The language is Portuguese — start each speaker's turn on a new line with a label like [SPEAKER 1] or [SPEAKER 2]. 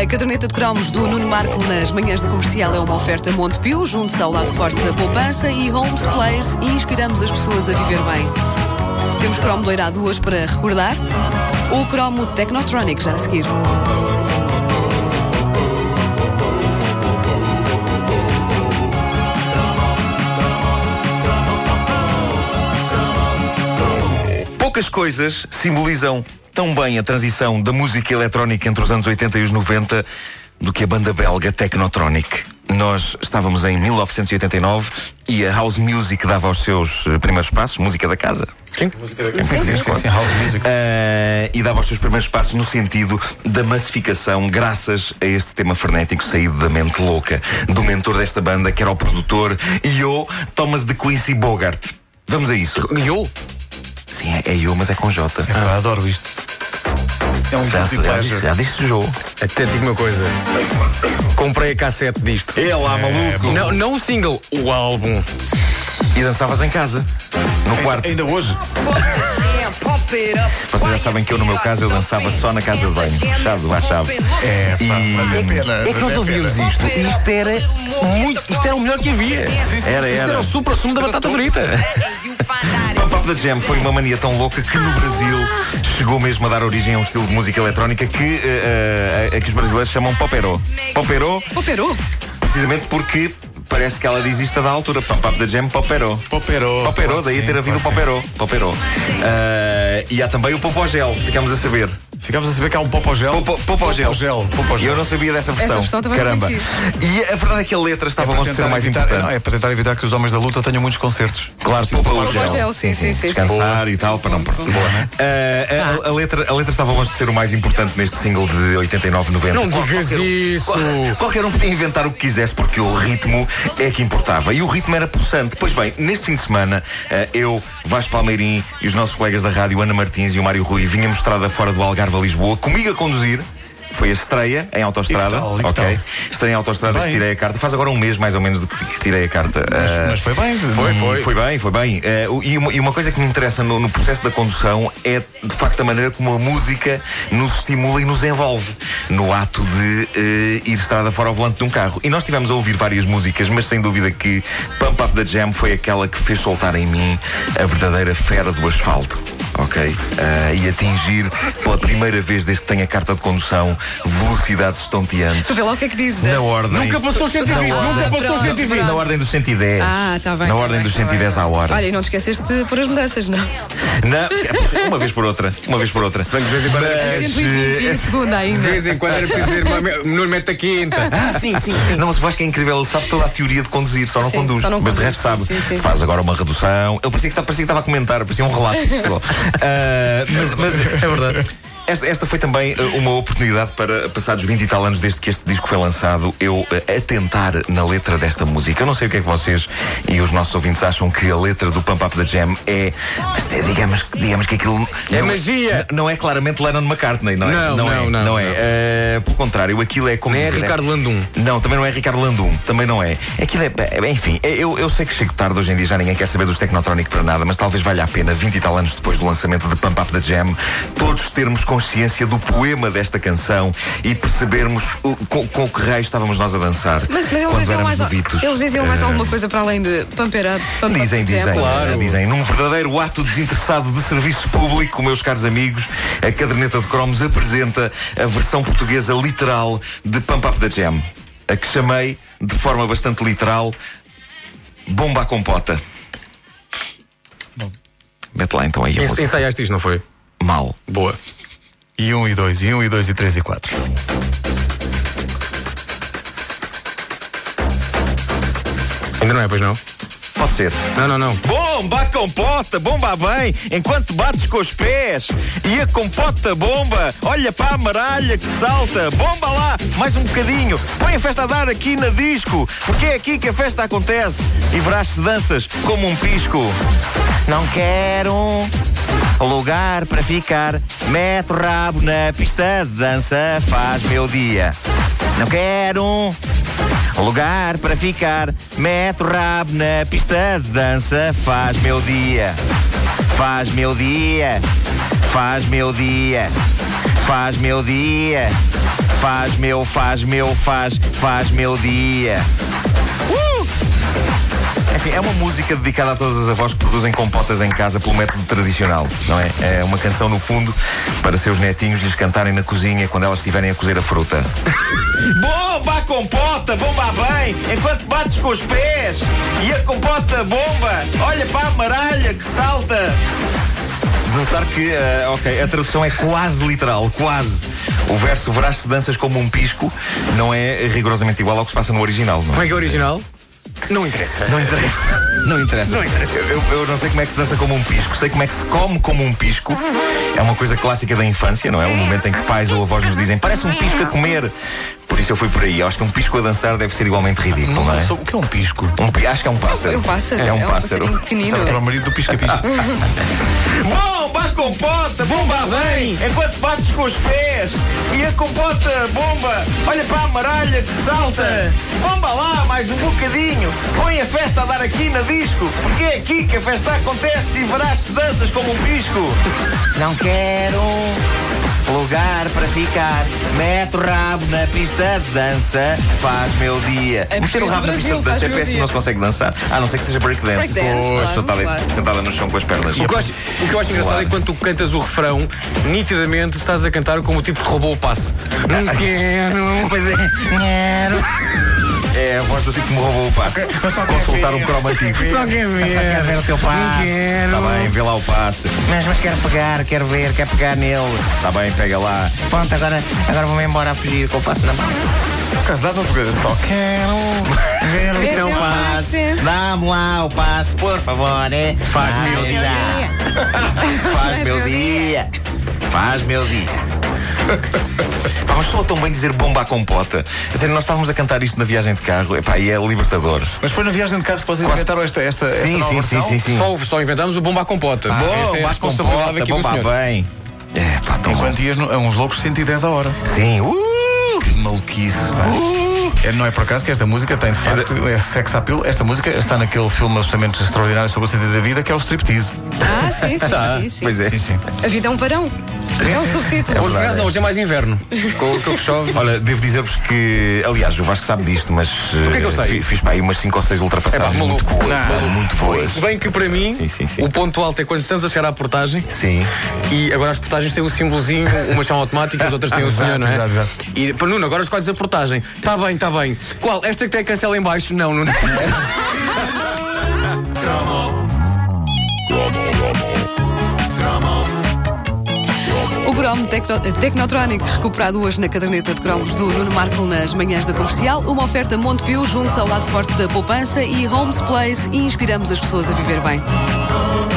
[SPEAKER 1] A caderneta de cromos do Nuno Marco nas manhãs da comercial é uma oferta Montepio, junto ao lado forte da poupança e Homes Place e inspiramos as pessoas a viver bem. Temos cromo doirado hoje para recordar, o cromo Technotronic já a seguir.
[SPEAKER 2] Poucas coisas simbolizam tão bem a transição da música eletrónica entre os anos 80 e os 90 do que a banda belga Technotronic. Nós estávamos em 1989 e a house music dava os seus eh, primeiros passos, música da casa. Sim, música da casa. Eh, e dava os seus primeiros passos no sentido da massificação, graças a este tema frenético saído da mente louca do mentor desta banda, que era o produtor Yo Thomas de Quincy Bogart. Vamos a isso.
[SPEAKER 3] Yo!
[SPEAKER 2] Sim, é, é Yo, mas é com J.
[SPEAKER 4] Pá, adoro isto. É um
[SPEAKER 2] Já,
[SPEAKER 4] guilty
[SPEAKER 2] já,
[SPEAKER 4] pleasure.
[SPEAKER 2] disse- já disse Joe.
[SPEAKER 3] Até digo uma coisa. Comprei a cassete disto.
[SPEAKER 2] É lá, maluco.
[SPEAKER 3] Não, não o single, o álbum.
[SPEAKER 2] E dançavas em casa, no quarto.
[SPEAKER 4] Ainda hoje.
[SPEAKER 2] Vocês já sabem que eu, no meu caso, eu dançava só na casa de banho, fechado à chave.
[SPEAKER 4] É, pá,
[SPEAKER 2] E-
[SPEAKER 4] mas é pena.
[SPEAKER 3] É que
[SPEAKER 4] mas
[SPEAKER 3] nós ouvíamos
[SPEAKER 4] pena.
[SPEAKER 3] isto. E isto era muito. Isto é um- era o melhor que havia.
[SPEAKER 4] Sim, sim,
[SPEAKER 2] Era,
[SPEAKER 3] Isto era o super sumo da batata frita.
[SPEAKER 2] O Pop da Jam foi uma mania tão louca que no Brasil chegou mesmo a dar origem a um estilo de música eletrónica que, eh, eh, a que os brasileiros chamam popero. Popero,
[SPEAKER 1] Operou?
[SPEAKER 2] precisamente porque parece que ela diz isto a da altura. Pá, Pop da Jam, popero.
[SPEAKER 4] Popero.
[SPEAKER 2] Popero, daí ter havido o popero. Popero. Ah, e há também o popogel, ficamos a saber.
[SPEAKER 4] Ficámos a saber que há um popogel.
[SPEAKER 2] Popo- popogel.
[SPEAKER 4] Popogel. popogel. É
[SPEAKER 2] Eu não sabia dessa versão.
[SPEAKER 1] versão também é
[SPEAKER 2] Caramba.
[SPEAKER 1] conheci.
[SPEAKER 2] E a verdade é que a letra estava longe de ser o mais
[SPEAKER 4] evitar,
[SPEAKER 2] importante.
[SPEAKER 4] não, é para tentar evitar que os homens da luta tenham muitos concertos.
[SPEAKER 2] Claro, poupa o
[SPEAKER 1] Poupa o
[SPEAKER 2] gel.
[SPEAKER 1] gel, sim, sim, sim,
[SPEAKER 2] Descansar e tal, para não. Boa, né? Ah, a, a- a letra, a letra estava longe de ser o mais importante neste single de 89, 90.
[SPEAKER 3] Não digas isso.
[SPEAKER 2] um. Qualquer um podia inventar o que quisesse, porque o ritmo é que importava. E o ritmo era pulsante. Pois bem, neste fim de semana, eh, eu, Vasco Palmeirim e os nossos colegas da rádio, Ana Martins e o Mário Rui, vinhamos estrada fora do Algarve a Lisboa, comigo a conduzir. Foi a estreia em autoestrada.
[SPEAKER 4] E que tal, e que
[SPEAKER 2] ok.
[SPEAKER 4] tal?
[SPEAKER 2] Estreia em autoestrada,
[SPEAKER 4] Bem.
[SPEAKER 2] tirei a carta. Faz agora um mês mais ou menos de que que tirei a carta. Eh,
[SPEAKER 4] Mas foi bem.
[SPEAKER 2] foi, foi. Foi bem, foi bem. Eh, o- e, uma, e uma coisa que me interessa no, no processo da condução é, de facto, a maneira como a música nos estimula e nos envolve no ato de eh, ir estrada fora ao volante de um carro. E nós estivemos a ouvir várias músicas, mas sem dúvida que Pump Up the Jam foi aquela que fez soltar em mim a verdadeira fera do asfalto. Ok? Eh, e atingir pela primeira vez desde que tenho a carta de condução velocidades estonteantes.
[SPEAKER 1] Tu vê lá o que é que diz.
[SPEAKER 2] Na ordem.
[SPEAKER 3] Nunca passou 120,
[SPEAKER 1] Não,
[SPEAKER 3] nunca
[SPEAKER 1] não,
[SPEAKER 3] passou
[SPEAKER 1] não,
[SPEAKER 3] 120.
[SPEAKER 2] Na ordem dos 110.
[SPEAKER 1] Ah, tá bem.
[SPEAKER 2] Na
[SPEAKER 1] tá
[SPEAKER 2] ordem
[SPEAKER 1] bem,
[SPEAKER 2] dos
[SPEAKER 1] tá bem.
[SPEAKER 2] 110 à hora.
[SPEAKER 1] Olha, e não te esqueceste de pôr as mudanças, não?
[SPEAKER 2] Não, é, uma vez por outra. Uma vez por outra.
[SPEAKER 3] bem que de vez em quando era
[SPEAKER 2] Mas,
[SPEAKER 1] 120 e a
[SPEAKER 2] eh,
[SPEAKER 1] segunda
[SPEAKER 3] De
[SPEAKER 1] ainda.
[SPEAKER 3] vez em quando era preciso dizer, "Mami, Nuno mete a quinta. Ah, sim, sim, sim.
[SPEAKER 2] Não, mas o Vasco é incrível, ele sabe toda a teoria de conduzir, só não
[SPEAKER 1] Sim,
[SPEAKER 2] conduz.
[SPEAKER 1] só não
[SPEAKER 2] mas de
[SPEAKER 1] conduz,
[SPEAKER 2] resto sabe.
[SPEAKER 1] sim, sim, sim.
[SPEAKER 2] Faz agora uma redução. Ele parecia que, tá- parecia que estava a comentar, parecia um relato. sei lá. Ah, mas, mas-
[SPEAKER 3] É verdade.
[SPEAKER 2] esta, esta foi também eh, uma oportunidade para, passados 20 e tal anos desde que este disco foi lançado, eu eh, atentar na letra desta música. Eu não sei o que é que vocês e os nossos ouvintes acham que a letra do Pump Up da Jam é. mas, eh, digamos, que- digamos que aquilo.
[SPEAKER 3] É
[SPEAKER 2] não-
[SPEAKER 3] magia.
[SPEAKER 2] Não é claramente Lennon McCartney, não é?
[SPEAKER 3] Não,
[SPEAKER 2] é,
[SPEAKER 3] não, não,
[SPEAKER 2] é.
[SPEAKER 3] não.
[SPEAKER 2] Eh, pelo contrário, aquilo é como.
[SPEAKER 3] Nem é
[SPEAKER 2] dizer,
[SPEAKER 3] Ricardo Landum.
[SPEAKER 2] Não, também não é Ricardo Landum. Também não é. Aquilo é. é, Enfim, é, eu, eu sei que chego tarde hoje em dia, já ninguém quer saber dos Technotronic para nada, mas talvez valha a pena, 20 e tal anos depois do lançamento de Pump Up da Jam, todos termos consciência do poema desta canção e percebermos o- com, com que raio estávamos nós a dançar.
[SPEAKER 1] Mas, mas eles,
[SPEAKER 2] quando
[SPEAKER 1] diziam
[SPEAKER 2] éramos
[SPEAKER 1] mais, al-
[SPEAKER 2] novitos.
[SPEAKER 1] eles diziam mais
[SPEAKER 2] Eh,
[SPEAKER 1] alguma coisa para além de Pumper Up. Pump Up
[SPEAKER 2] Dizem,
[SPEAKER 1] the
[SPEAKER 2] dizem,
[SPEAKER 1] Jam.
[SPEAKER 3] Claro.
[SPEAKER 2] dizem. Num verdadeiro ato desinteressado de serviço público, meus caros amigos, a caderneta de cromos apresenta a versão portuguesa literal de Pump Up da Jam, a que chamei, de forma bastante literal, Bomba à Compota. Mete lá então aí a
[SPEAKER 3] Ens-
[SPEAKER 2] música.
[SPEAKER 3] Ensaiaste isto, não foi?
[SPEAKER 2] Mal.
[SPEAKER 3] Boa.
[SPEAKER 4] E um e dois, e um e dois, e três e quatro.
[SPEAKER 3] Ainda não é, pois não?
[SPEAKER 2] Pode ser.
[SPEAKER 3] Não, não, não.
[SPEAKER 2] Bomba a compota, bomba a bem, enquanto bates com os pés. E a compota bomba, olha para a maralha que salta. Bomba lá, mais um bocadinho. Põe a festa a dar aqui na disco, porque é aqui que a festa acontece. E verás-se danças como um pisco. Não quero lugar para ficar. Mete o rabo na pista de dança, faz meu dia. Não quero Lugar para ficar, mete o rabo na pista de dança, faz meu dia. Faz meu dia, faz meu dia, faz meu dia, faz meu, faz meu, faz, faz meu dia. Enfim, é uma música dedicada a todas as avós que produzem compotas em casa pelo método tradicional, não é? É uma canção, no fundo, para seus netinhos lhes cantarem na cozinha quando elas estiverem a cozer a fruta. bomba a compota, bomba a bem, enquanto bates com os pés e a compota bomba, olha para a maralha que salta. Notar que, eh, ok, a tradução é quase literal, quase. O verso verás-se danças como um pisco não é rigorosamente igual ao que se passa no original, não é?
[SPEAKER 3] Como é que é o original? Não interessa.
[SPEAKER 2] Não interessa. Não interessa. Eu, eu não sei como é que se dança como um pisco, sei como é que se come como um pisco. É uma coisa clássica da infância, não é? O momento em que pais ou avós nos dizem parece um pisco a comer. Por isso eu fui por aí. Eu acho que um pisco a dançar deve ser igualmente ridículo, não
[SPEAKER 4] Nunca
[SPEAKER 2] é?
[SPEAKER 4] soube- O que é um pisco?
[SPEAKER 2] Um pi- acho que é um pássaro.
[SPEAKER 1] É um pássaro,
[SPEAKER 2] É um,
[SPEAKER 1] é um
[SPEAKER 2] pássaro.
[SPEAKER 1] passarinho pequenino.
[SPEAKER 4] Era o marido do pisca-pisca.
[SPEAKER 2] Ah. Bomba a compota, bomba vem, enquanto bates com os pés. E a compota, bomba, olha para a maralha que salta. Bomba lá, mais um bocadinho. Põe a festa a dar aqui na disco, porque é aqui que a festa acontece e verás-se danças como um pisco. Não quero lugar para ficar. Mete o rabo na pista de dança, faz meu dia.
[SPEAKER 1] É
[SPEAKER 2] Meter
[SPEAKER 1] preciso
[SPEAKER 2] o rabo na
[SPEAKER 1] Brasil,
[SPEAKER 2] pista de
[SPEAKER 1] faz
[SPEAKER 2] dança é
[SPEAKER 1] meu
[SPEAKER 2] péssimo,
[SPEAKER 1] dia.
[SPEAKER 2] não se consegue dançar. A não ser que seja breakdance.
[SPEAKER 1] Breakdance,
[SPEAKER 2] Pois,
[SPEAKER 1] claro,
[SPEAKER 2] só está ali
[SPEAKER 1] claro.
[SPEAKER 2] sentada no chão com as pernas.
[SPEAKER 3] O que, eu acho, o que eu acho engraçado é que quando tu cantas o refrão, nitidamente estás a cantar como o tipo que roubou o passe. Um Não quero.
[SPEAKER 2] Pois é. É a voz do tipo que me roubou o passe. Consultar um o croma antigo.
[SPEAKER 3] Só quer ver. Só
[SPEAKER 5] quer ver o teu
[SPEAKER 3] Não
[SPEAKER 5] passe.
[SPEAKER 2] Está
[SPEAKER 3] quero.
[SPEAKER 2] Tá bem, vê lá o passe.
[SPEAKER 5] Mas, mas quero pegar, quero ver, quero pegar nele.
[SPEAKER 2] Está bem, pega lá.
[SPEAKER 5] Pronto, agora, agora vou-me embora a fugir com o passo na mão.
[SPEAKER 4] Por acaso dá-te outra coisa. Só quero ver.
[SPEAKER 1] Vê
[SPEAKER 5] Então
[SPEAKER 1] teu
[SPEAKER 5] passe,
[SPEAKER 1] passe.
[SPEAKER 5] dá-me lá o passe, por favor. é?
[SPEAKER 3] Faz-me o
[SPEAKER 1] Meu dia.
[SPEAKER 2] Faz meu dia. Faz meu dia. Pá, mas soa tão bem dizer bomba à compota. A sério, nós estávamos a cantar isto na viagem de carro. Epá, e é libertador.
[SPEAKER 4] Mas foi na viagem de carro que vocês inventaram esta, esta, esta nova versão?
[SPEAKER 3] Só, só inventamos o bomba à compota. Bom, Esta é
[SPEAKER 2] Ah, Bomba à
[SPEAKER 3] a responsabilidade
[SPEAKER 2] compota,
[SPEAKER 3] aqui do
[SPEAKER 2] bomba
[SPEAKER 3] senhor.
[SPEAKER 2] bem. É, pá, tão bom.
[SPEAKER 4] Enquanto ias no- a uns loucos 110 a hora.
[SPEAKER 2] Sim, uh!
[SPEAKER 4] Que maluquice, pá.
[SPEAKER 3] Uh!
[SPEAKER 4] É, não é por acaso que esta música tem, de facto, é sex appeal. Esta música está naquele filme absolutamente extraordinário sobre o sentido da vida, que é o striptease.
[SPEAKER 1] Ah, sim,
[SPEAKER 3] Tá,
[SPEAKER 1] sim, sim, sim.
[SPEAKER 2] Pois é.
[SPEAKER 4] Sim, sim.
[SPEAKER 1] A vida é um varão. É um subtítulo.
[SPEAKER 3] Hoje, por acaso, não, hoje é mais inverno. Com o que chove.
[SPEAKER 2] Olha, devo dizer-vos que, aliás, o Vasco sabe disto, mas. O
[SPEAKER 3] que é que eu sei?
[SPEAKER 2] Fiz, fiz, pá, aí umas 5 ou 6 ultrapassagens.
[SPEAKER 3] É pá,
[SPEAKER 2] Tá muito
[SPEAKER 3] maluco.
[SPEAKER 2] boas, muito boas.
[SPEAKER 3] Se bem que para mim,
[SPEAKER 2] Sim, sim, sim.
[SPEAKER 3] o ponto alto é quando estamos a chegar à portagem
[SPEAKER 2] Sim.
[SPEAKER 3] e agora as portagens têm um símbolozinho, umas são automáticas, outras têm o
[SPEAKER 4] Exato,
[SPEAKER 3] senhor, não é?
[SPEAKER 4] exato, exato.
[SPEAKER 3] E para Nuno, agora escolhes a portagem. Está bem, está bem. Qual? Esta que tem a cancela em baixo? Não, Nuno.
[SPEAKER 1] O Grom Tecno- Tecnotronic, recuperado hoje na caderneta de cromos do Nuno Marco nas manhãs da comercial. Uma oferta Montepio junto ao lado forte da poupança e Homes Place e inspiramos as pessoas a viver bem.